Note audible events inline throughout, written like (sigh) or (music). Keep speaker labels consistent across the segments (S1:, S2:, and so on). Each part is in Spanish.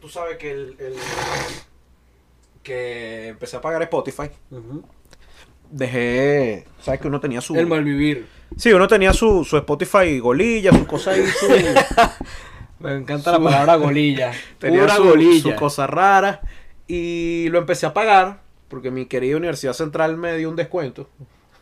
S1: tú sabes que el, el- que empecé a pagar Spotify. Dejé, sabes que uno tenía su
S2: El malvivir.
S1: Sí, uno tenía su, su Spotify golilla, sus cosas ahí, su,
S2: Me encanta la palabra golilla.
S1: (laughs) tenía
S2: Pura
S1: su,
S2: golilla.
S1: su cosa rara y lo empecé a pagar porque mi querida Universidad Central me dio un descuento.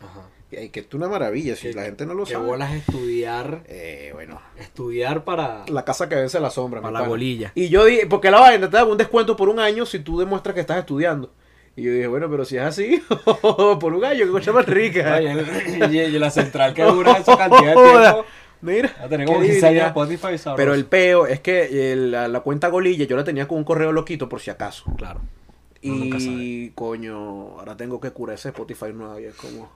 S2: Ajá.
S1: Y que es una maravilla, si
S2: Qué-
S1: la gente no lo
S2: Qué
S1: sabe.
S2: bolas estudiar.
S1: Eh, bueno,
S2: Estudiar para.
S1: la casa que vence la sombra.
S2: Para
S1: mi
S2: la
S1: pana. (laughs)
S2: bolilla.
S1: Y yo dije, porque la vaina te da un descuento por un año si tú demuestras que estás estudiando. Y yo dije, bueno, pero si es así, (laughs) por un año, que cosa más rica. (laughs)
S2: Ay, el- y, y la central que dura esa cantidad de tiempo.
S1: Mira,
S2: Ya
S1: qué
S2: tenemos como 15 años de
S1: divinidad.
S2: Spotify sabroso.
S1: Pero el peo es que eh, la, la cuenta golilla yo la tenía con un correo loquito por si acaso.
S2: Claro. Uno nunca
S1: Y coño, ahora tengo que curar ese Spotify nuevo y es como.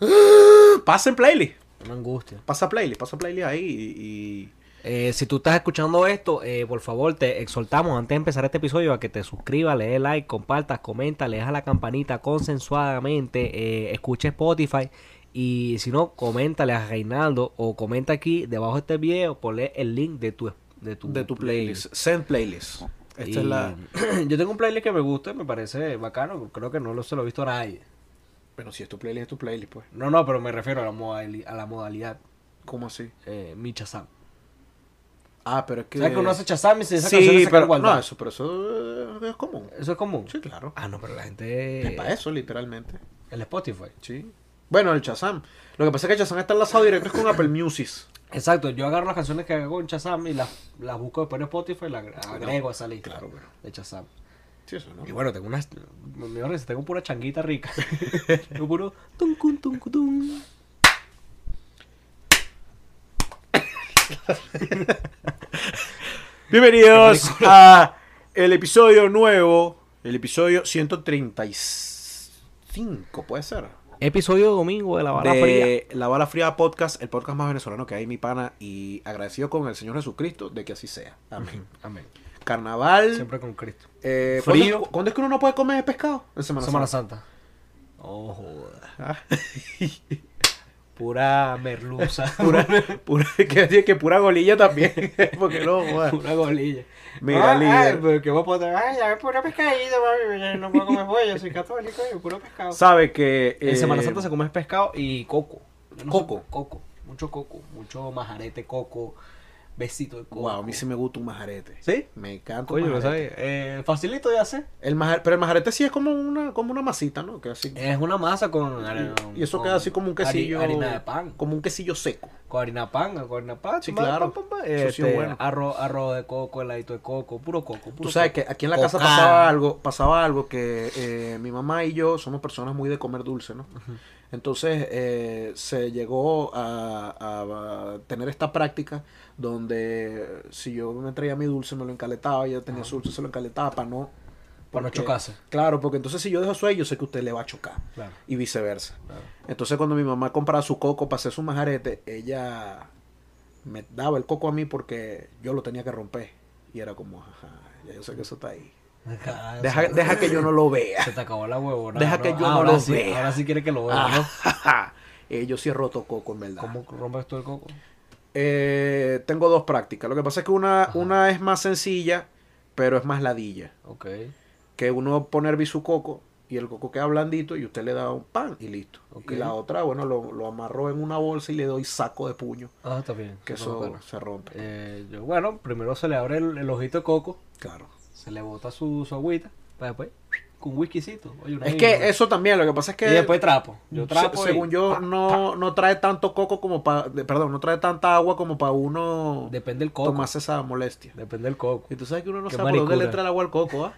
S1: (gasps) Pasa en playlist.
S2: Una angustia.
S1: Pasa playlist, pasa playlist ahí y.
S3: Eh, si tú estás escuchando esto, eh, por favor, te exhortamos antes de empezar este episodio a que te suscribas, le des like, compartas, comenta, le das a la campanita consensuadamente, eh, escuche Spotify y si no, coméntale a Reinaldo o comenta aquí debajo de este video, ponle el link de tu, de
S1: y-
S3: tu,
S1: de tu playlist. Send playlist. Esta
S3: Y- (clears throat)
S1: es la.
S2: Yo tengo un playlist que me gusta, me parece bacano. Creo que no lo, se lo he visto a nadie.
S1: Bueno, si es tu playlist, es tu playlist, pues.
S2: No, no, pero me refiero a la, modali- a la modalidad
S1: ¿Cómo así?
S2: eh, mi Shazam.
S1: Ah, pero es que.
S2: ¿Sabes que uno hace Shazam y se esa canción le
S1: Sí,
S2: saca
S1: pero.
S2: igualdad?
S1: No, eso, pero eso eh, es común.
S2: Eso es común.
S1: Sí, claro.
S3: Ah, no, pero la gente...
S1: Es para eso, literalmente.
S2: El Spotify.
S1: Sí. Bueno, el Shazam. Lo que pasa es que Shazam está enlazado directo es con Apple Music.
S2: Exacto, yo agarro las canciones que hago en Shazam y las, las busco después en Spotify y las ag- agrego a esa lista
S1: Claro, pero.
S2: de Shazam.
S1: Sí, eso, ¿no?
S2: Y bueno, tengo unas... Mejor tengo pura changuita (laughs) rica. tengo puro... Tun, cun, tun, cu, tun.
S1: Bienvenidos a el episodio nuevo, el episodio 135, puede ser.
S3: Episodio domingo de La Bala Fría.
S1: De La Bala Fría Podcast, el podcast más venezolano que hay, mi pana, y agradecido con el Señor Jesucristo de que así sea. Amén.
S2: Amén.
S1: Carnaval.
S2: Siempre con Cristo.
S1: eh, ¿cuándo es-
S2: Frío.
S1: ¿cuándo, es que uno no puede comer pescado? En Semana,
S2: Semana
S1: Santa.
S2: Santa. Oh, joda.
S1: Ah,
S2: (laughs) Pura merluza.
S1: (laughs) pura, pura- que, que pura golilla también. (laughs) Porque no, joda.
S2: Una golilla.
S1: Mira,
S2: ay,
S1: líder.
S2: ay, pero que voy a poner, ay, ya puro pescadito, mami, ya no puedo comer pollo, soy católico, yo puro pescado.
S1: Sabe que.
S2: En
S1: eh,
S2: Semana Santa se come pescado y coco. Yo no
S1: Coco.
S2: sé, coco, mucho coco, mucho majarete coco, besito de coco.
S1: Wow, a mí sí me gusta un majarete.
S2: ¿Sí?
S1: Me encanta. un
S2: Coño, lo
S1: majarete.
S2: sabes. Eh, facilito de hacer.
S1: El majar- pero el majarete sí es como una, como una masita, ¿no? Que así,
S2: Es una masa con harina-
S1: y eso
S2: con
S1: queda así como un quesillo.
S2: hari- Harina de pan.
S1: Como un quesillo seco.
S2: Con harina pan, con harina pan.
S1: Sí,
S2: pan,
S1: claro.
S2: pan, pan, pan.
S1: Eso sí es
S2: Este,
S1: bueno.
S2: Arroz, arroz de coco, heladito de coco, puro coco. Puro
S1: Tú sabes
S2: coco.
S1: que aquí en la casa
S2: Cocada.
S1: pasaba algo, pasaba algo que eh, mi mamá y yo somos personas muy de comer dulce, ¿no? Entonces eh, se llegó a, a- a tener esta práctica donde si yo me traía mi dulce me lo encaletaba, ella tenía su dulce, se lo encaletaba para no...
S2: Para no
S1: porque-
S2: chocarse.
S1: Claro, porque entonces si yo dejo eso ahí, yo sé que usted le va a chocar.
S2: Claro,
S1: Y viceversa.
S2: claro.
S1: Entonces cuando mi mamá compraba su coco para hacer su majarete, ella me daba el coco a mí porque yo lo tenía que romper. Y era como, ajá, ya yo sé que eso está ahí.
S2: Ah,
S1: Deja,
S2: se-
S1: deja que yo no lo vea.
S2: (laughs) Se te acabó la huevona.
S1: Deja que yo no
S2: ahora
S1: lo
S2: sí,
S1: vea. Ah.
S2: Ahora sí quiere que lo vea, ¿no?
S1: Ajá. (laughs) Eh, yo sí he roto coco, en verdad.
S2: ¿Cómo rompes tú el coco?
S1: Eh, tengo dos prácticas. Lo que pasa es que una,
S2: Ajá.
S1: una es más sencilla, pero es más ladilla.
S2: Ok,
S1: Que uno poner su coco y el coco queda blandito y usted le da un pan y listo.
S2: Ok.
S1: Y la otra, bueno, lo, lo amarró en una bolsa y le doy saco de puño.
S2: ah, está bien.
S1: Que
S2: Eso
S1: eso
S2: no
S1: se rompe.
S2: me acuerdo. Eh, yo, bueno, primero se le abre el, el ojito de coco,
S1: Claro.
S2: se le bota su, su agüita, para después con whiskycito. Oye, una
S1: Es
S2: birra.
S1: que eso también, lo que pasa es que...
S2: Y después trapo. Yo
S1: se-
S2: trapo. y-
S1: según yo, no, no trae tanto coco como para... Perdón, no trae tanta agua como para uno
S2: Depende el coco.
S1: tomarse esa molestia.
S2: Depende el coco.
S1: Y tú sabes que uno no
S3: Qué
S1: sabe por dónde le
S3: maricura.
S1: entra el agua al coco, ¿ah?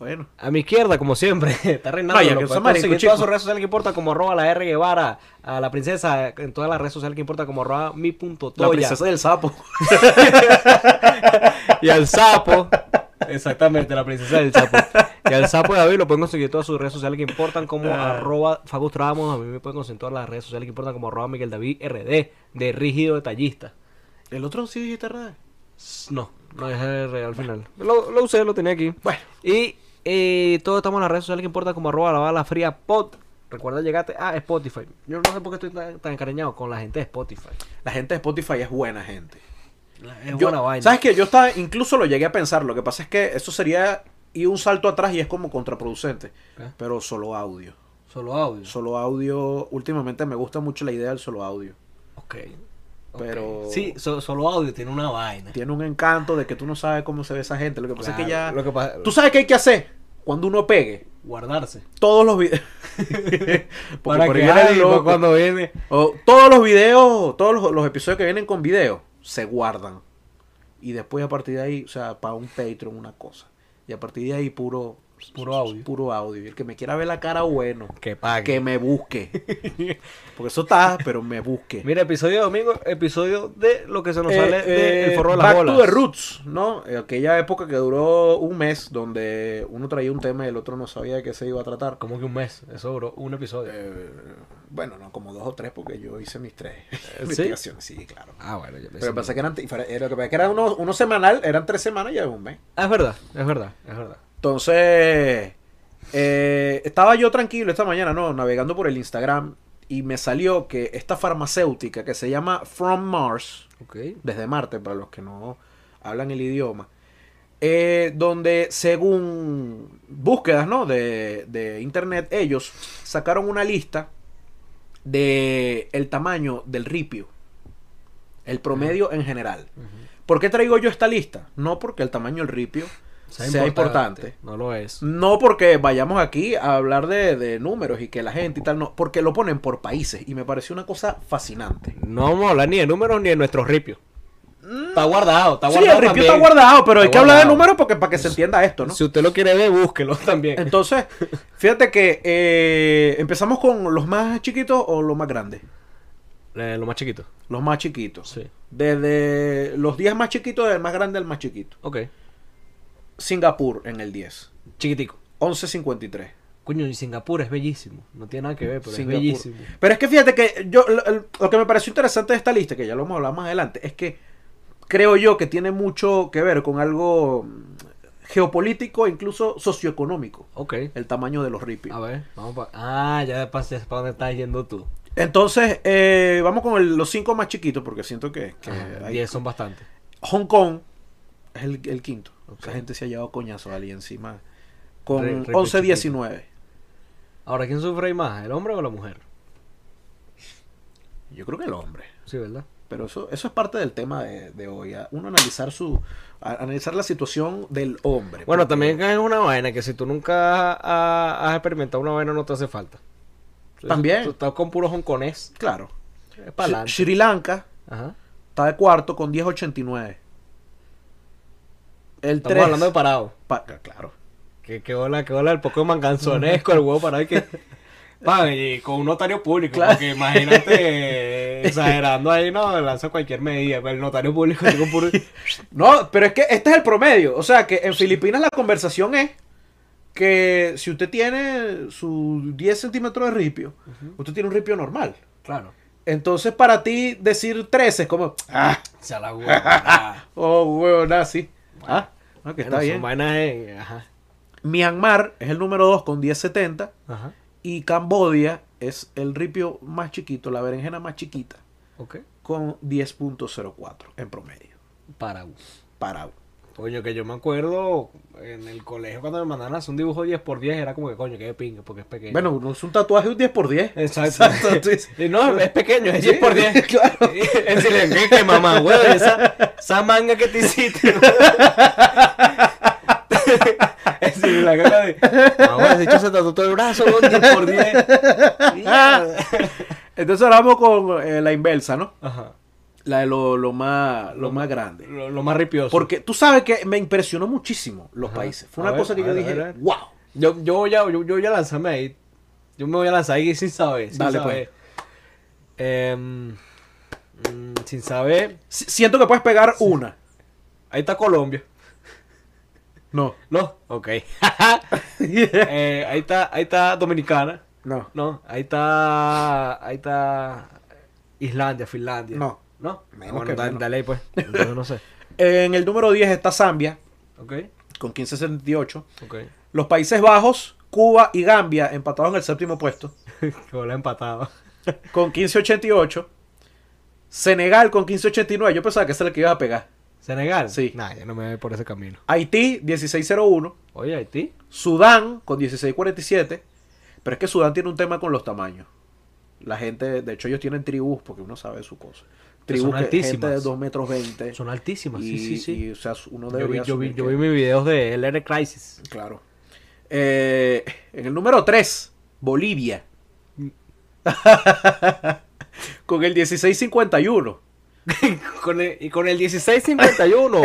S1: Bueno.
S3: A mi izquierda, como siempre, (laughs) está Reinaldo.
S1: No, ya
S3: lo
S1: que
S3: puedes
S1: son maricos,
S3: conseguir en todas
S1: chico.
S3: sus redes sociales que importa, como arroba la R Guevara, a la princesa, en todas las redes sociales que importa, como arroba mi punto
S1: La
S3: toya.
S1: princesa del sapo.
S3: y al sapo. Exactamente, la princesa del sapo. Y al sapo de David lo pueden conseguir en todas sus redes sociales que importan como arroba Fagus Tramos. A mí me pueden conseguir en todas las redes sociales que importan como arroba Miguel David RD de Rígido Detallista.
S1: (laughs) El otro sí dijiste redes.
S3: No, no es RD al final. Lo, lo usé, lo tenía aquí.
S1: Bueno.
S3: Y eh, todos estamos en las redes sociales que importan como arroba la bala fría pod. Recuerda llegarte a Spotify. Yo no sé por qué estoy tan, tan encariñado con la gente de Spotify.
S1: La gente de Spotify es buena gente.
S3: Es
S1: Yo-
S3: buena vaina.
S1: ¿Sabes qué? Yo estaba, incluso lo llegué a pensar. Lo que pasa es que eso sería ir un salto atrás y es como contraproducente.
S2: Ok.
S1: Pero solo audio.
S2: Solo audio.
S1: Solo audio. Últimamente me gusta mucho la idea del solo audio.
S2: ok. ok.
S1: Pero-
S2: Sí, so- solo audio tiene una vaina.
S1: Tiene un encanto de que tú no sabes cómo se ve esa gente. Lo que pasa es que ya.
S3: Claro, lo que pasa-
S1: Tú sabes qué hay que hacer cuando uno pegue.
S2: Guardarse.
S1: Todos
S3: (laughs)
S1: los videos.
S3: para que ay, para cuando viene.
S1: todos los videos, todos los, los episodios que vienen con video, se guardan. Y después a partir de ahí, o sea, para un Patreon, una cosa. Y a partir de ahí, puro.
S2: Puro audio.
S1: Puro audio. Y el que me quiera ver la cara, bueno.
S3: Que pague.
S1: Que me busque. Porque eso está, pero me busque.
S3: (laughs) Mira, episodio de domingo, episodio de lo que se nos
S1: Eh,
S3: sale del
S1: eh,
S3: forro de las
S1: Back
S3: bolas.
S1: to the Roots, ¿no? Eh, Aquella época que duró un mes, donde uno traía un tema y el otro no sabía de qué se iba a tratar.
S2: Como que un mes. Eso duró un episodio.
S1: Eh, bueno, no, como dos o tres, porque yo hice mis tres (laughs)
S3: ¿sí?
S1: investigaciones, sí, claro.
S3: Ah, bueno, yo pensé-
S1: Pero pensé que eran, era- lo que pasa es que era uno, uno semanal, eran tres semanas y era un mes.
S3: Ah, es verdad, es verdad, es verdad.
S1: Entonces, eh, estaba yo tranquilo esta mañana, ¿no? Navegando por el Instagram y me salió que esta farmacéutica que se llama From Mars,
S3: Ok.
S1: desde Marte, para los que no hablan el idioma, eh, donde según búsquedas ¿no? de, de internet, ellos sacaron una lista de el tamaño del ripio, el promedio en general. ¿Por qué traigo yo esta lista? No porque el tamaño del ripio sea, importante.
S3: No lo es.
S1: No porque vayamos aquí a hablar de, de números y que la gente y tal, no, porque lo ponen por países y me pareció una cosa fascinante.
S3: No vamos a hablar ni de números ni de nuestros ripios.
S2: Está guardado, está
S1: Sí,
S2: guardado.
S1: el ripio
S2: también.
S1: está guardado, pero hay
S2: Está
S1: que hablar de
S2: guardado.
S1: números porque para que se entienda esto, ¿no?
S3: Si usted lo quiere ver, búsquelo también.
S1: Entonces, fíjate que eh, empezamos con los más chiquitos o los más grandes.
S3: Eh, lo más chiquito.
S1: Los más chiquitos.
S3: Sí.
S1: Desde los 10 más chiquitos, del más grande al más chiquito.
S3: Ok.
S1: Singapur en el 10.
S3: Chiquitico.
S1: 11.53.
S2: Coño, y Singapur es bellísimo. No tiene nada que ver, pero
S1: Singapur.
S2: es bellísimo.
S1: Pero es que fíjate que yo lo, lo que me pareció interesante de esta lista, que ya lo vamos a hablar más adelante, es que creo yo que tiene mucho que ver con algo mm, geopolítico e incluso socioeconómico.
S3: Ok.
S1: El tamaño de los ripios.
S2: A ver, vamos para. Ah, ya pasé para dónde estás yendo tú.
S1: Entonces, eh, vamos con el- los cinco más chiquitos, porque siento que, que
S2: Ajá,
S1: hay-
S2: 10 son bastante.
S1: Hong Kong es el, el quinto.
S2: Ok.
S1: Esa gente se ha llevado coñazo ahí encima.
S2: Re-
S1: Con
S2: re
S1: 11-19.
S2: Ahora, ¿quién sufre ahí más? ¿El hombre o la mujer?
S1: Yo creo que el hombre.
S2: Sí, ¿verdad?
S1: Pero eso, eso es parte del tema de, de hoy. a- Uno analizar su a- analizar la situación del hombre.
S3: Bueno,
S1: Porque-
S3: también es una vaina que si tú nunca ha- has experimentado una vaina no te hace falta. Entonces,
S1: También.
S3: Tú estás con puros hongkonés.
S1: Claro.
S3: Es para
S1: Sri, Sri Lanka
S3: Ajá.
S1: está de cuarto con 10-89. El
S3: Estamos
S1: 3.
S3: hablando de parado.
S1: claro.
S3: Que, que hola, que hola, el poco manganzonesco, el huevo parado. y Que... Pa, y con un notario público. Porque imagínate eh, exagerando ahí, no, lanza cualquier medida. pero El notario público tiene un puro-
S1: No, pero es que este es el promedio. O sea, que en Filipinas la conversación es que si usted tiene sus 10 centímetros de ripio, usted tiene un ripio normal.
S2: Claro.
S1: Entonces, para ti, decir 13 es como, ah,
S2: Se la huevo.
S3: (laughs)
S2: ah.
S1: oh, huevón, así. Ah, no, que
S3: Bueno,
S1: está
S3: son
S1: bien.
S3: vainas, eh, ajá.
S1: Myanmar es el número 2 con 1070
S3: Ajá.
S1: y Cambodia es el ripio más chiquito, la berenjena más chiquita,
S2: Ok.
S1: con 10.04 en promedio.
S2: Para.
S1: Para
S3: Coño, que yo me acuerdo en el colegio cuando me mandaban a hacer un dibujo 10x10, era como que coño, que de pinga, porque es pequeño.
S1: Bueno, no es un tatuaje un 10x10.
S3: Exacto. (laughs)
S1: tú dices,
S3: Y no, es pequeño, es
S1: Sí, (laughs)
S3: 10x10.
S1: claro.
S3: En silencio, que mamá, güey, esa, esa manga que te hiciste.
S2: (laughs)
S3: güey. En silencio, la cara de.
S2: "Ah,
S3: Mamá, ese hecho se trató todo el brazo, güey, 10x10.
S1: Entonces ahora vamos con eh, la inversa, ¿no?
S2: Ajá.
S1: La de lo, lo más, lo más grande.
S2: Lo, lo más ripioso.
S1: Porque tú sabes que me impresionó muchísimo los
S2: Ajá.
S1: países. Fue
S2: A
S1: una
S2: ver,
S1: cosa que
S2: a
S1: yo
S2: ver, a
S1: dije,
S2: ver, a ver.
S1: wow.
S2: Yo, yo, voy a, yo, yo voy a lanzarme ahí. Yo me voy a lanzar ahí sin saber. Sin
S1: Dale, pues.
S2: saber. Em, mm, sin saber.
S1: Si- Siento que puedes pegar una.
S2: Ahí está Colombia. (laughs)
S1: No.
S2: No, ok. Eh, ahí está, ahí está Dominicana.
S1: no.
S2: No, ahí está. Ahí está. Islandia, Finlandia.
S1: No.
S2: No.
S1: Menos
S2: bueno,
S1: que
S2: dale,
S1: menos.
S2: dale ahí pues. Entonces
S1: (laughs)
S2: no sé.
S1: En el número 10 está Zambia,
S2: Ok,
S1: con 1578.
S2: ok. (laughs)
S1: Los Países Bajos, Cuba y Gambia, empatados en el séptimo puesto,
S2: que bola empatado.
S1: con 1588. Senegal con 1589. Yo pensaba que esa es la que ibas a pegar.
S2: ¿Senegal?
S1: Sí.
S2: Nah, ya no me voy por ese camino.
S1: Haití, 1601.
S2: Oye, Haití.
S1: Sudán con 1647. Pero es que Sudán tiene un tema con los tamaños. La gente, de hecho, ellos tienen tribus, porque uno sabe su cosa. Tribus que-
S2: son
S1: gente
S2: altísimas.
S1: de 2 metros 20.
S2: Son altísimas,
S1: y,
S2: sí, sí, sí.
S1: y, o sea, uno
S2: Yo vi,
S1: debería
S2: yo vi-
S1: asumir
S2: yo
S1: que-
S2: vi mis videos de
S1: (laughs)
S2: LR Crisis.
S1: Claro. Eh, en el número 3, Bolivia. (laughs) con el 1651.
S2: Con el- y con el 1651.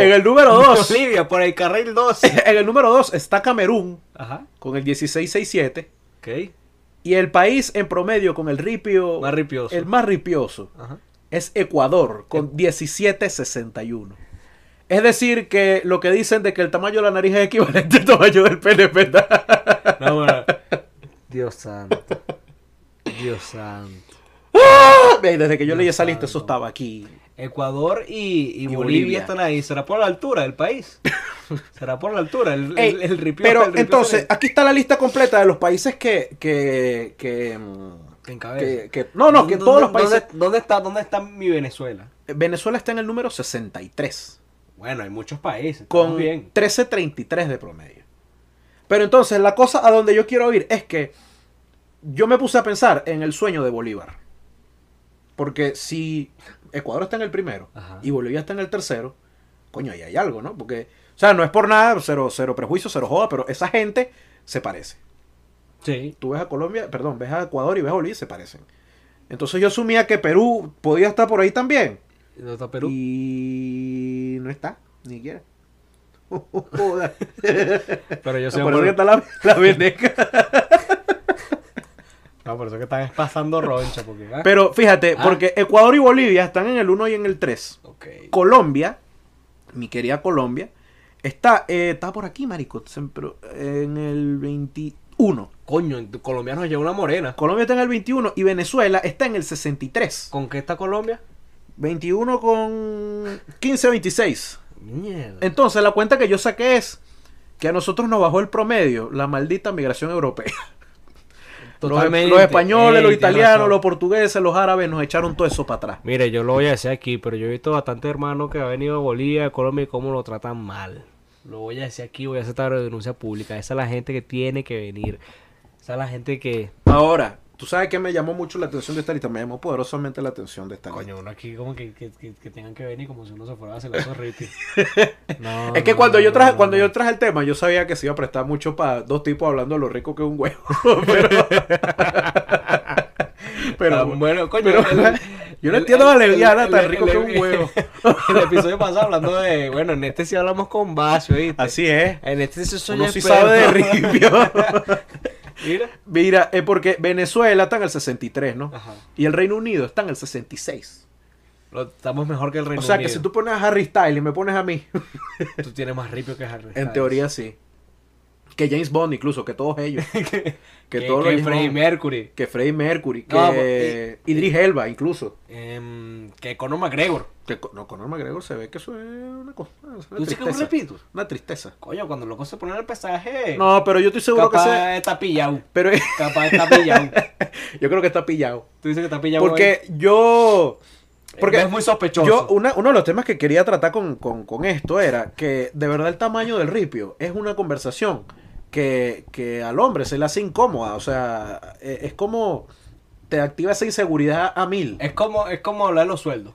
S1: (laughs) En el
S2: (laughs)
S1: número 2.
S2: Oh. Bolivia, por el carril
S1: (laughs)
S2: 2.
S1: en el número 2 está Camerún
S2: Ajá,
S1: con el 1667.
S2: ok.
S1: Y el país en promedio con el ripio.
S2: Más ripioso.
S1: El más ripioso Eh.
S2: Ajá.
S1: es Ecuador con 1761. Es decir, que lo que dicen de que el tamaño de la nariz es equivalente al tamaño del pene, ¿verdad?
S2: No, bueno. Dios santo. Dios santo.
S1: (laughs) Ve, Desde que yo leí esa lista, eso
S2: santo.
S1: estaba aquí.
S2: Ecuador y, y Bolivia,
S1: Bolivia.
S2: están ahí. ¿Será por la altura del país? (laughs) ¿Será por la altura? El,
S1: Ey,
S2: el, el ripioso-
S1: pero
S2: el ripioso
S1: entonces,
S2: que-
S1: aquí está la lista completa de los países que. que, que, mm,
S2: que encabeza.
S1: que- que- no, no, que en todos los
S2: ¿Dónde-
S1: países.
S2: ¿Dónde está, dónde está mi Venezuela?
S1: Venezuela está en el número 63,
S2: Bueno, hay muchos países.
S1: con
S2: Con bien.
S1: 1333 de promedio. Pero entonces, la cosa a donde yo quiero ir es que yo me puse a pensar en el sueño de Bolívar. Porque si Ecuador está en el primero
S2: Ajá.
S1: y Bolivia está en el tercero, coño, ahí hay algo, ¿no? Porque, o sea, no es por nada, cero, cero prejuicio, cero joda, pero esa gente se parece.
S2: Sí.
S1: tú ves a Colombia, perdón, ves a Ecuador y ves a Bolivia y se parecen. Entonces yo asumía que Perú podía estar por ahí también.
S2: ¿Dónde está Perú?
S1: Y no está, ni
S2: (laughs)
S1: siquiera. (laughs) Joda.
S2: Pero yo soy
S1: Ah, por eso
S2: un-
S1: que está la, (laughs) la veneca.
S2: No, por eso que están pasando roncha. Porque, ah,
S1: Pero fíjate,
S2: Ah.
S1: porque Ecuador y Bolivia están en el 1 y en el 3.
S2: Ok.
S1: Colombia, mi querida Colombia, está, eh, está por aquí, marico, se- pero, eh, en el 21.
S2: Coño, en- Colombia nos lleva una morena.
S1: Colombia está en el 21 y Venezuela está en el 63.
S2: ¿Con qué está Colombia?
S1: 21 con 15, 26.
S2: Mierda.
S1: Entonces, la cuenta que yo saqué es que a nosotros nos bajó el promedio la maldita migración europea. (laughs) Los- em-
S2: Totalmente.
S1: Los, españoles,
S2: Ey,
S1: los
S2: tienes
S1: italianos,
S2: razón.
S1: los portugueses, los árabes nos echaron todo eso para atrás.
S3: Mire, yo lo voy a decir aquí, pero yo he visto bastante hermanos que han venido de Bolivia, de Colombia y cómo lo tratan mal. Lo voy a decir aquí, voy a hacer esta denuncia pública. Esa es la gente que tiene que venir. Esa es la gente que...
S1: Ahora, tú sabes que me llamó mucho la atención de esta lista, me llamó poderosamente la atención de esta lista.
S2: Coño, uno aquí como que, que, que- que tengan que venir como si uno se fuera a hacer la
S1: (laughs)
S2: zorrita.
S3: No,
S1: Es que
S3: no,
S1: cuando yo
S3: no,
S1: traje,
S3: no,
S1: cuando
S3: no.
S1: yo traje el tema, yo sabía que se iba a prestar mucho para dos tipos hablando de lo rico que es un huevo. (laughs) Pero, pero
S2: Ah, bueno, coño.
S1: pero- (laughs) yo no entiendo la lesbiana tan rico que un huevo.
S2: El episodio pasado hablando de. Bueno, en este sí hablamos con Bacio, ¿viste?
S1: así es.
S2: En este sí soy
S1: Uno sí
S2: experto.
S1: sabe
S3: (laughs)
S1: de ripio. (laughs)
S2: Mira.
S1: Mira, es porque Venezuela está en el 63, ¿no?
S2: Ajá.
S1: Y el Reino Unido está en el 66.
S2: Lo- estamos mejor que el Reino
S1: o sea que
S2: Unido.
S1: si tú pones a Harry Styles y me pones a
S2: (laughs)
S1: mí,
S2: Tú tienes más ripio que Harry.
S1: en
S2: Styles.
S1: teoría sí. Que James Bond incluso, que todos
S2: (laughs)
S1: ellos. que,
S2: Que,
S1: todos los
S2: que
S1: James
S2: Freddie
S1: Bond.
S2: Mercury.
S1: que Freddie Mercury, que
S2: No,
S1: Idris Elba incluso.
S2: em, que Conor McGregor.
S1: Que con- no, Conor McGregor se ve que eso es una cosa. Una
S2: ¿Tú sí que un
S1: tristeza.
S2: repito?
S1: Una tristeza.
S2: Coño, cuando loco se pone el pesaje.
S1: No, pero yo estoy seguro
S2: capaz
S1: que se.
S2: está pillado.
S1: Pero (laughs)
S2: Capaz está pillado.
S1: yo creo que está pillado.
S2: Tú dices que está pillado.
S1: Porque yo.
S2: ahí.
S1: Porque
S2: es muy sospechoso.
S1: Yo, una- uno de los temas que quería tratar con, con- con esto era que de verdad el tamaño del ripio es una conversación que, que al hombre se le hace incómoda. O sea, e- es como te activa esa inseguridad a mil.
S2: Es como, es como hablar de los sueldos.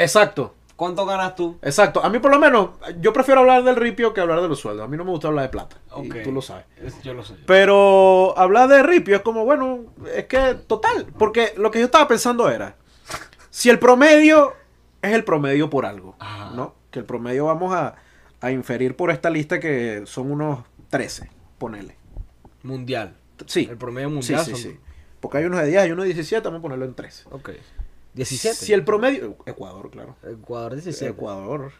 S1: Exacto,
S2: ¿Cuánto ganas tú?
S1: exacto. A mí por lo menos, yo prefiero hablar del ripio que hablar de los sueldos. A mí no me gusta hablar de plata. y
S2: Ok.
S1: tú lo sabes.
S2: Es- yo lo sé.
S1: Pero hablar de ripio es como, bueno, es que total. Porque lo que yo estaba pensando era, si el promedio es el promedio por algo,
S2: Ajá.
S1: ¿no? Que el promedio vamos a, a inferir por esta lista que son unos 13, ponele.
S2: Mundial.
S1: Sí,
S2: El promedio
S1: sí,
S2: mundial
S1: sí,
S2: son-
S1: sí. Porque hay unos de 10, hay unos de 17, vamos a ponerlo en 13.
S2: Ok. 17.
S1: Si el promedio... Ecuador, claro.
S2: Ecuador 17.
S1: Ecuador.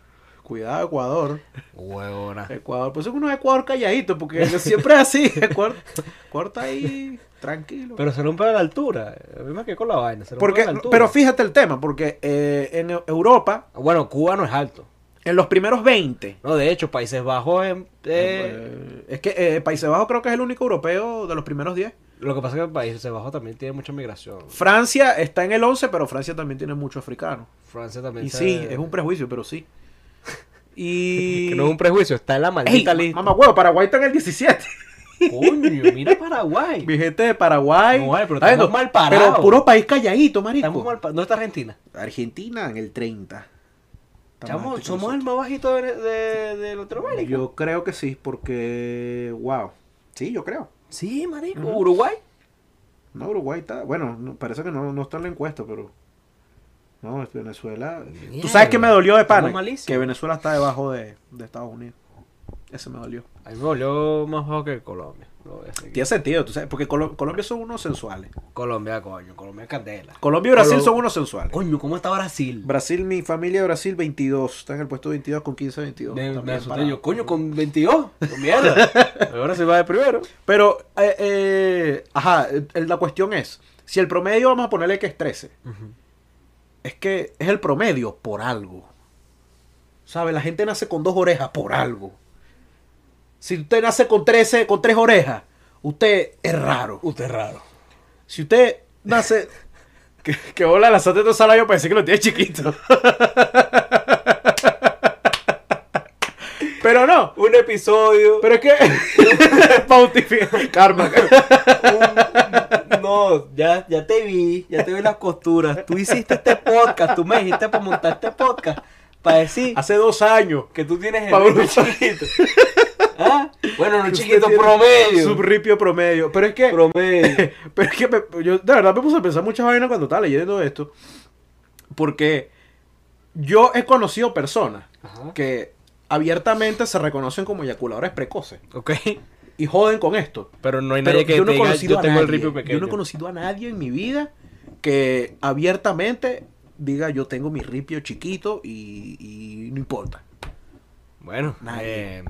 S1: Cuidado, Ecuador.
S2: Huevona.
S1: Ecuador. Por eso que uno es Ecuador calladito, porque siempre es
S2: (laughs)
S1: así. Ecuador, Ecuador está ahí tranquilo.
S2: Pero se rompe a la altura. Lo mismo que con la vaina. Se rompe
S1: Porque,
S2: a la altura.
S1: pero fíjate el tema, porque eh, en Eu- Europa,
S2: Bueno, Cuba no es alto.
S1: en los primeros 20,
S2: No, de hecho, Países Bajos es. eh,
S1: eh, es que eh, Países Bajos creo que es el único europeo de los primeros 10.
S2: Lo que pasa es que el país se bajó también tiene mucha migración.
S1: Francia está en el 11, pero Francia también tiene mucho africano.
S2: Francia también
S1: Y
S2: se-
S1: sí, es un prejuicio, pero sí. Y...
S2: (laughs)
S3: Que no es un prejuicio, está en la
S1: Ey,
S3: maldita lista.
S1: mamá huevo, Paraguay está en el
S2: (laughs)
S1: 17.
S2: Coño,
S1: (laughs)
S2: mira Paraguay.
S1: Mi gente de Paraguay.
S2: No, vale, pero
S1: Está
S2: estamos
S1: viendo,
S2: mal parados.
S1: Pero puro país calladito,
S2: Estamos
S1: marico.
S2: mal pa- ¿Dónde está Argentina?
S1: Argentina en el 30. Está más
S2: Chamo,
S1: alto que
S2: somos el
S1: nosotros.
S2: más bajito de, de, de Latinoamérica.
S1: Yo creo que sí, porque. Wow. Sí, yo creo.
S2: Sí, marico.
S1: Ujú.
S2: Uruguay.
S1: No, Uruguay está. Bueno, no- parece que no, no está en la encuesta, pero. No, es Venezuela. Tú sabes que me dolió de
S2: Estamos
S1: pana.
S2: malísimos.
S1: Que Venezuela está debajo de, de Estados Unidos. Ese me dolió.
S2: A mí me volvió más bajo que Colombia. Lo voy a decir.
S1: Tiene sentido, tú sabes. Porque Colo- Colombia son unos sensuales.
S2: Colombia, coño. Colombia es candela.
S1: Colombia y Brasil
S2: Colo-
S1: son unos sensuales.
S2: Coño, ¿cómo está Brasil?
S1: Brasil, mi familia de Brasil, 22. Está en el puesto 22 con 15, 22.
S2: Me, me
S1: También
S2: asusté
S1: parado.
S2: yo, coño, con 22. con mierda. Ahora se va de primero.
S1: Pero, eh, eh, ajá, eh, la cuestión es, si el promedio vamos a ponerle que es 13, es que es el promedio por algo. ¿Sabes? La gente nace con dos orejas por algo. Si usted nace con 13, con tres orejas, usted es raro.
S2: Usted es raro.
S1: Si usted nace... (laughs) que, que bola la sate de salario pensé que lo tiene chiquito. (laughs) Pero no.
S2: Un episodio.
S1: Pero es (laughs) que... (laughs) Bautifi- Karma.
S2: un- no, ya, ya te vi. Ya te vi las costuras. Tú hiciste este podcast. Tú me dijiste para montar este podcast. Para decir
S1: Hace dos años.
S2: que tú tienes el
S1: Pablo
S2: pelo chiquito. ¿Ah? Bueno, no
S1: Usted
S2: chiquito,
S1: tiene
S2: promedio.
S1: Subripio promedio. Pero es que,
S2: Promedio.
S1: (laughs) pero es que me- yo de verdad me puse a pensar muchas vainas cuando estaba leyendo esto. Porque yo he conocido personas
S2: Ajá.
S1: que abiertamente se reconocen como eyaculadores precoces
S3: Ok.
S1: y joden con esto.
S3: Pero no hay
S1: Pero
S3: nadie que
S1: yo no
S3: te
S1: he
S3: diga,
S1: conocido
S3: yo
S1: a
S3: tengo el
S1: nadie,
S3: ripio pequeño.
S1: Yo no he conocido a nadie en mi vida que abiertamente diga yo tengo mi ripio chiquito y, y no importa. (laughs)
S3: Bueno,
S1: Nadie.
S3: eh,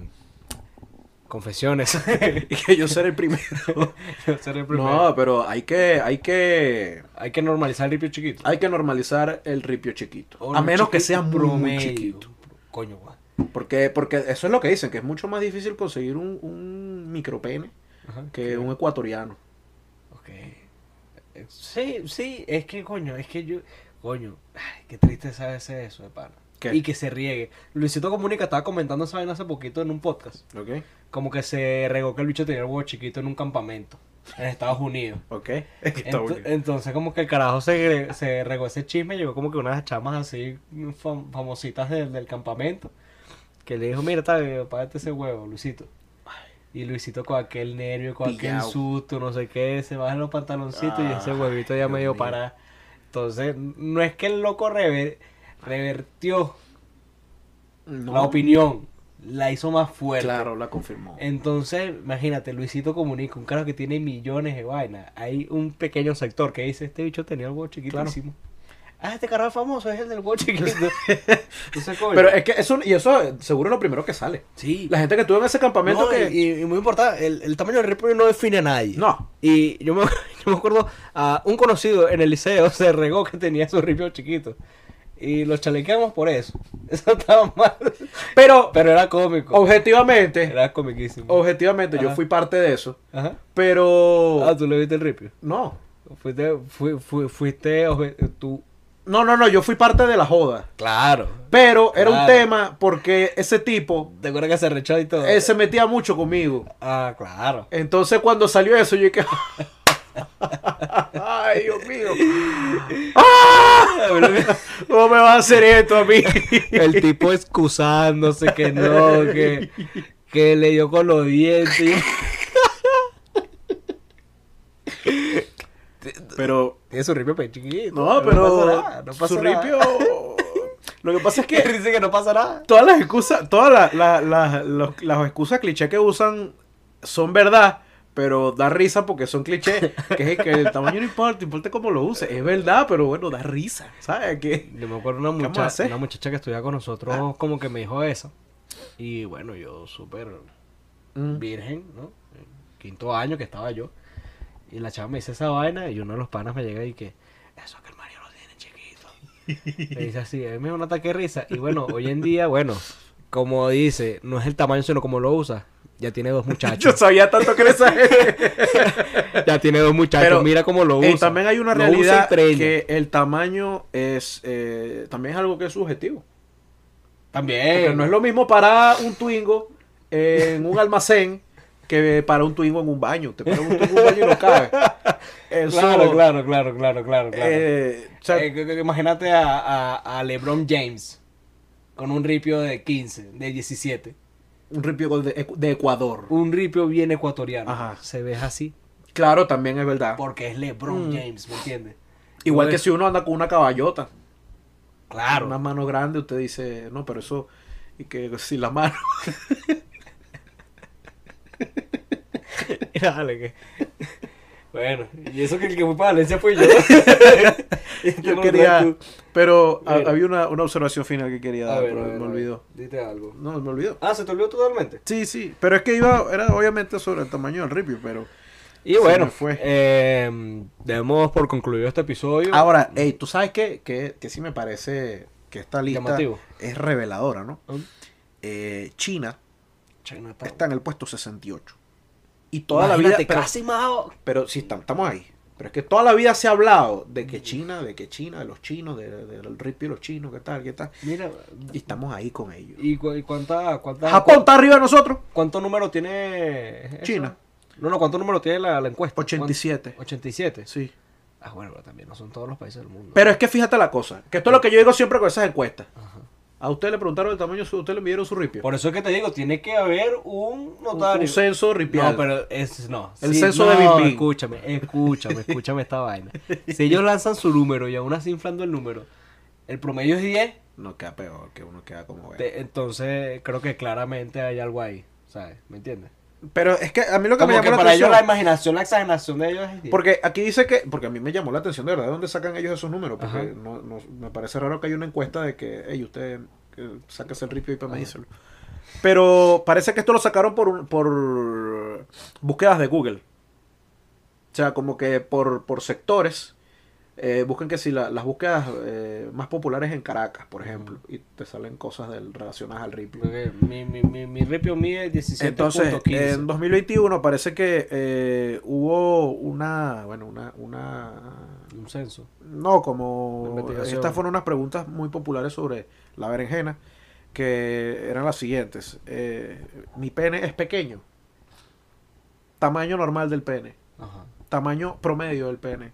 S1: (laughs)
S3: confesiones.
S1: Y que yo ser el primero.
S2: Ser el (laughs) primero.
S1: no, pero hay que, hay que
S2: Hay que normalizar el ripio chiquito.
S1: Hay que normalizar el ripio chiquito.
S2: O
S1: a
S2: lo
S1: menos que
S2: chiquito
S1: sea muy, muy
S2: promedio.
S1: chiquito.
S2: Coño, guau.
S1: Porque, porque eso es lo que dicen, que es mucho más difícil conseguir un, un micropene
S2: Ajá.
S1: que un ecuatoriano.
S2: Ok. Eh, Sí, sí, es que coño, es que yo. Coño, ay, qué tristeza a veces eso de pana.
S1: ¿Qué?
S2: Y que se riegue. Luisito Comunica estaba comentando esa vaina hace poquito en un podcast.
S1: ¿Ok?
S2: Como que se regó que el bicho tenía el huevo chiquito en un campamento en Estados Unidos.
S1: (laughs) Ok.
S2: Ento- entonces eh, como que el carajo se, gre- se regó ese chisme, llegó como que unas chamas así mm, fam- famositas del, del campamento, que le dijo, mira, tal, párate ese huevo, Luisito. Y Luisito con aquel nervio, con aquel
S1: Pillao.
S2: susto, no sé qué, se baja los pantaloncitos y ese
S1: Ay,
S2: huevito ya
S1: Dios
S2: medio
S1: mío.
S2: para. Entonces, no es que el loco rever- revertió
S1: No,
S2: la opinión, la hizo más fuerte.
S1: Claro, la confirmó.
S2: Entonces, imagínate, Luisito Comunica, un carajo que tiene millones de vainas. Hay un pequeño sector que dice, este bicho tenía el huevo chiquitísimo. Ah, este carajo es famoso es el del huevo
S1: (laughs)
S2: chiquito. Entonces, coño.
S1: Pero es que eso, y eso eh, seguro es lo primero que sale.
S2: sí.
S1: La gente que estuvo en ese campamento
S2: No,
S1: que...
S2: y, y muy importante, el, el tamaño del repollo no define a nadie.
S1: No.
S2: Y yo me, (laughs) yo me acuerdo, a un conocido en el liceo se regó que tenía su ripio chiquito. Y lo chalequeamos por eso. (laughs) Eso estaba mal.
S1: (laughs) Pero,
S2: Pero era cómico.
S1: objetivamente,
S2: Era comiquísimo.
S1: objetivamente, yo
S2: Ajá.
S1: fui parte de eso.
S2: Ajá.
S1: Pero...
S2: Ah, tú le viste el ripio.
S1: No.
S2: Fuiste, fui- fui- fuiste, obje- tú.
S1: No, no, no, yo fui parte de la joda.
S2: Claro.
S1: Pero era un
S2: Claro.
S1: tema porque ese tipo
S2: ¿Te acuerdas que se rechó y todo?
S1: eh, se metía mucho conmigo.
S2: Ah, claro.
S1: Entonces cuando salió eso, yo dije... (laughs) Ay, Dios mío. ¡Ah! ¿Cómo me vas a hacer esto a mí?
S2: (laughs) El tipo excusándose que no, que, que le dio con los dientes.
S1: (laughs) Pero...
S2: Tiene su ripio pe chiquito.
S1: No, pero...
S2: pasa nada, no pasa
S1: su
S2: nada.
S1: ripio... (laughs) Lo que pasa es
S2: Que
S1: que
S2: (laughs) dice que no pasa nada.
S1: todas las excusas, todas las, las- las- los- las excusas cliché que usan son verdad, pero da risa porque son clichés. Que es que el tamaño no importa, importa cómo lo uses. Es verdad, pero bueno, da risa. ¿Sabes? Que...
S2: Yo me acuerdo una
S1: vamos a
S2: muchacha,
S1: hacer?
S2: una muchacha que estudiaba con nosotros, como que me dijo eso. Y bueno, yo súper
S1: Mm.
S2: virgen, ¿no? En Quinto año que estaba yo. Y la chava me dice esa vaina y uno de los panas me llega y que, eso que el Mario lo tiene chiquito.
S1: (laughs)
S2: Me dice así, a mí me da un ataque de risa. Y bueno, hoy en día, bueno, como dice, no es el tamaño, sino como lo usa.
S3: Ya tiene
S1: (laughs)
S3: dos
S1: (laughs) Yo
S3: muchachos.
S1: sabía tanto que era esa gente.
S3: ya tiene dos muchachos.
S1: Pero,
S3: Mira cómo lo usa.
S1: Eh, también hay una
S3: Lo usa y
S1: realidad
S3: preña.
S1: que el tamaño es eh, también es algo que es subjetivo. Porque
S2: También.
S1: no es lo mismo para un Twingo en un almacén que para un Twingo en un baño. Te pones un Twingo en un baño y no
S2: (laughs)
S1: cabe. Eso,
S2: Claro, claro, claro, claro, claro. claro.
S1: eh, o sea,
S2: Eh, que- que- imagínate a, a- a LeBron James con un ripio de 15, de 17.
S1: un ripio de, de Ecuador.
S2: Un ripio bien ecuatoriano.
S1: Ajá.
S3: Se ve así.
S1: Claro, también es verdad.
S2: Porque es LeBron
S1: Mm.
S2: James, ¿me entiendes?
S1: Igual
S3: no
S1: que
S3: es-
S1: si uno anda con una caballota,
S2: Claro.
S1: una mano grande, usted dice, no, pero eso, y que si la
S2: (laughs)
S1: mano. (laughs)
S3: Dale, que-
S2: (laughs) Bueno, y eso que el que fue para Valencia
S1: (laughs)
S2: fue yo. (laughs) Este
S1: Yo quería, pero ha-
S2: Mira.
S1: había una, una observación final que quería
S2: A
S1: dar,
S2: ver,
S1: pero
S2: a ver,
S1: me
S2: a ver.
S1: olvidó.
S2: Dite algo.
S1: No, me olvidó.
S2: Ah, se te olvidó totalmente.
S1: Sí, sí, pero es que iba, era obviamente sobre el tamaño del ripio, pero...
S3: Y
S1: Se
S3: bueno,
S1: me fue.
S3: eh,
S1: em,
S3: demos por concluido este episodio.
S2: Ah.
S1: Ahora, hey, tú sabes qué? que, que sí me parece que esta lista
S2: Llamativo.
S1: es reveladora, ¿no?
S2: Mm.
S1: Eh, China
S2: Chinatown.
S1: Ah. está en el puesto 68. Y toda la
S2: Imagínate,
S1: vida... Pero,
S2: casi mao.
S1: pero sí, tam- estamos ahí. Pero es que toda la vida se ha hablado de que China, de que China, de los chinos, de- de- del ripio de los chinos, qué tal, qué tal.
S2: Mira,
S1: Y estamos ahí con ellos.
S2: ¿y, cu- y cuánta, cuánta
S1: Japón está arriba de nosotros.
S2: cu- ¿Cuánto número tiene eso?
S1: China.
S2: No, no, ¿cuánto número tiene la, la encuesta?
S1: 87.
S2: ¿Cuánto? 87.
S1: Sí.
S2: Ah, bueno, pero también no son todos los países del mundo.
S1: Pero es que fíjate la cosa, que esto es lo que yo digo siempre con esas encuestas.
S2: Ajá.
S1: A usted le preguntaron el tamaño, su- a usted le midieron su ripio.
S2: Por eso es que te digo, tiene que haber un
S1: Un-
S2: notario.
S1: Un censo ripial.
S2: No, pero es, no.
S1: El censo
S2: no,
S1: de Bim Bim.
S2: Escúchame, escúchame, escúchame
S1: (laughs)
S2: esta vaina. Si ellos lanzan su número y aún así inflando el número, el promedio es 10,
S1: No queda peor, que uno queda como... vea.
S2: te- entonces creo que claramente hay algo ahí, ¿sabes? ¿Me entiendes?
S1: Pero es que a mí lo que
S2: Como
S1: me
S2: que
S1: llamó la
S2: para ellos
S1: atención...
S2: la imaginación, la exageración de ellos es 10.
S1: Porque aquí dice que... Porque a mí me llamó la atención de verdad de dónde sacan ellos esos números.
S2: Ajá.
S1: Porque no, no- me parece raro que haya una encuesta de que, hey, usted eh, sáquese el ripio y para
S2: Ajá.
S1: medírselo. Pero parece que esto lo sacaron por, un- por búsquedas de Google. O sea, como que por, por sectores. eh, buscan que si la- las búsquedas eh, más populares en Caracas, por ejemplo, y te salen cosas del- relacionadas al ripio.
S2: Porque Mi, mi, mi, mi ripio mide 17.15.
S1: Entonces, en 2021 parece que eh, hubo una, bueno, una, una,
S2: un censo.
S1: no,
S2: Una
S1: como,
S2: investigación.
S1: estas fueron unas preguntas muy populares sobre la berenjena, que eran las siguientes. Eh, Mi pene es pequeño, tamaño normal del pene,
S2: Ajá,
S1: tamaño promedio del pene,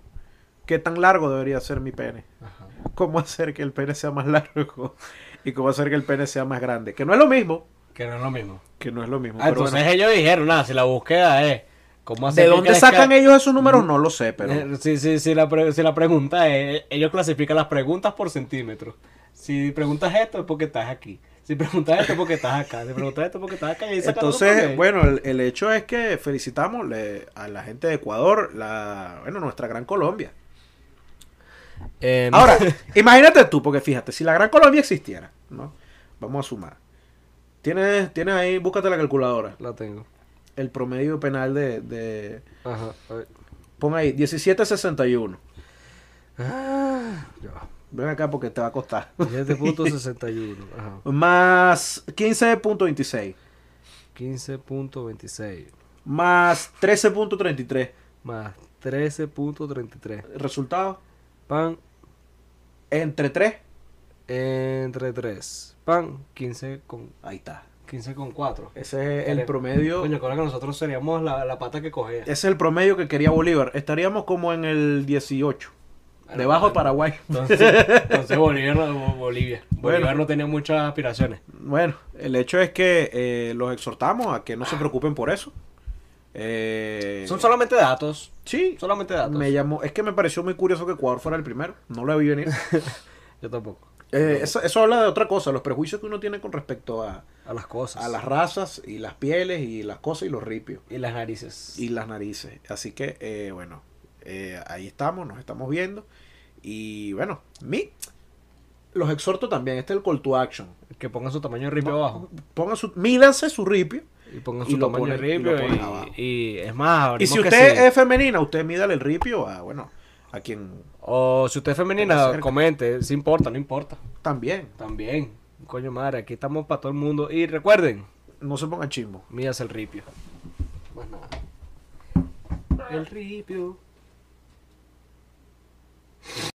S1: qué tan largo debería ser mi pene,
S2: ajá.
S1: cómo hacer que el pene sea más (laughs) largo y cómo hacer que el pene sea más grande, que no es lo mismo,
S2: Que no es lo mismo.
S1: que no es lo mismo.
S2: Ah,
S1: pero
S2: entonces
S1: bueno.
S2: ellos dijeron, nada, si la búsqueda es... ¿cómo hacer
S1: ¿De
S2: que
S1: dónde
S2: crezca-
S1: sacan ellos esos números? No lo sé, pero.
S2: Eh, Sí, sí, sí, la, pre- sí, la pregunta es, ellos clasifican las preguntas por centímetros. Si preguntas esto es porque estás aquí. Si preguntas esto es porque estás acá. Si preguntas esto es porque estás acá. Y ahí sacan los
S1: Entonces,
S2: promedios.
S1: bueno, el, el hecho es que felicitamos le- a la gente de Ecuador, la, bueno, nuestra gran Colombia.
S3: Eh,
S2: Em. (laughs)
S1: Ahora, imagínate tú, porque fíjate, si la gran Colombia existiera, ¿no? Vamos a sumar. Tienes, tienes ahí, búscate la calculadora,
S2: La tengo.
S1: el promedio penal de, de
S2: Ajá. a ver.
S1: pon ahí, 1761.
S2: Ah, ya va.
S1: Ven acá porque te va a costar. (laughs)
S2: 17.61. Ajá.
S1: Más 15.26,
S2: 15.26.
S1: más 13.33.
S2: Más 13.33.
S1: Resultado,
S2: Pan
S1: entre 3
S2: entre 3. Pan 15 con,
S1: Ahí está.
S2: 15 con 4.
S1: Ese es el
S2: Dale.
S1: promedio.
S2: Coño, ahora que nosotros seríamos la, la pata que cogea.
S1: Ese es el promedio que quería Bolívar. Estaríamos como en el 18.
S2: Bueno,
S1: debajo de
S2: bueno.
S1: Paraguay.
S2: Entonces, entonces Bolivia, no- Bo- Bolivia. Bolívar
S1: Bueno.
S2: no tenía muchas aspiraciones.
S1: (laughs) Bueno, el hecho es que eh, los exhortamos a que no se preocupen por eso. Eh,
S2: Son solamente datos.
S1: Sí.
S2: Solamente datos.
S1: Me llamó, es que me pareció muy curioso que Ecuador fuera el primero. No lo vi
S2: (laughs)
S1: venir.
S2: Yo tampoco.
S1: Eh, eso, eso habla de otra cosa, los prejuicios que uno tiene con respecto a,
S2: A las cosas.
S1: a las razas y las pieles y las cosas y los ripios.
S2: Y las narices.
S1: y las narices. Así que, eh, bueno, eh, ahí estamos, nos estamos viendo. Y bueno, mi, los exhorto también. Este es el call to action.
S2: Que pongan su tamaño de ripio abajo.
S1: Pongan su, mídanse su ripio.
S2: Y pongan
S1: Y
S2: su
S1: lo ponen-
S2: tamaño de
S1: y lo
S2: ripio.
S1: ponen
S2: y-
S1: abajo.
S2: Y, es más,
S1: Y
S2: abrimos
S1: si
S2: que
S1: usted
S2: sí.
S1: es femenina, usted mídale el ripio a, bueno, a quien
S2: O si usted es
S1: Ponga
S2: femenina,
S1: cerca.
S2: comente. Si importa, no importa.
S1: también.
S2: También. Coño madre, aquí estamos para todo el mundo. Y recuerden,
S1: No se pongan chimbo.
S2: Mías el ripio.
S1: Más nada.
S2: El ripio.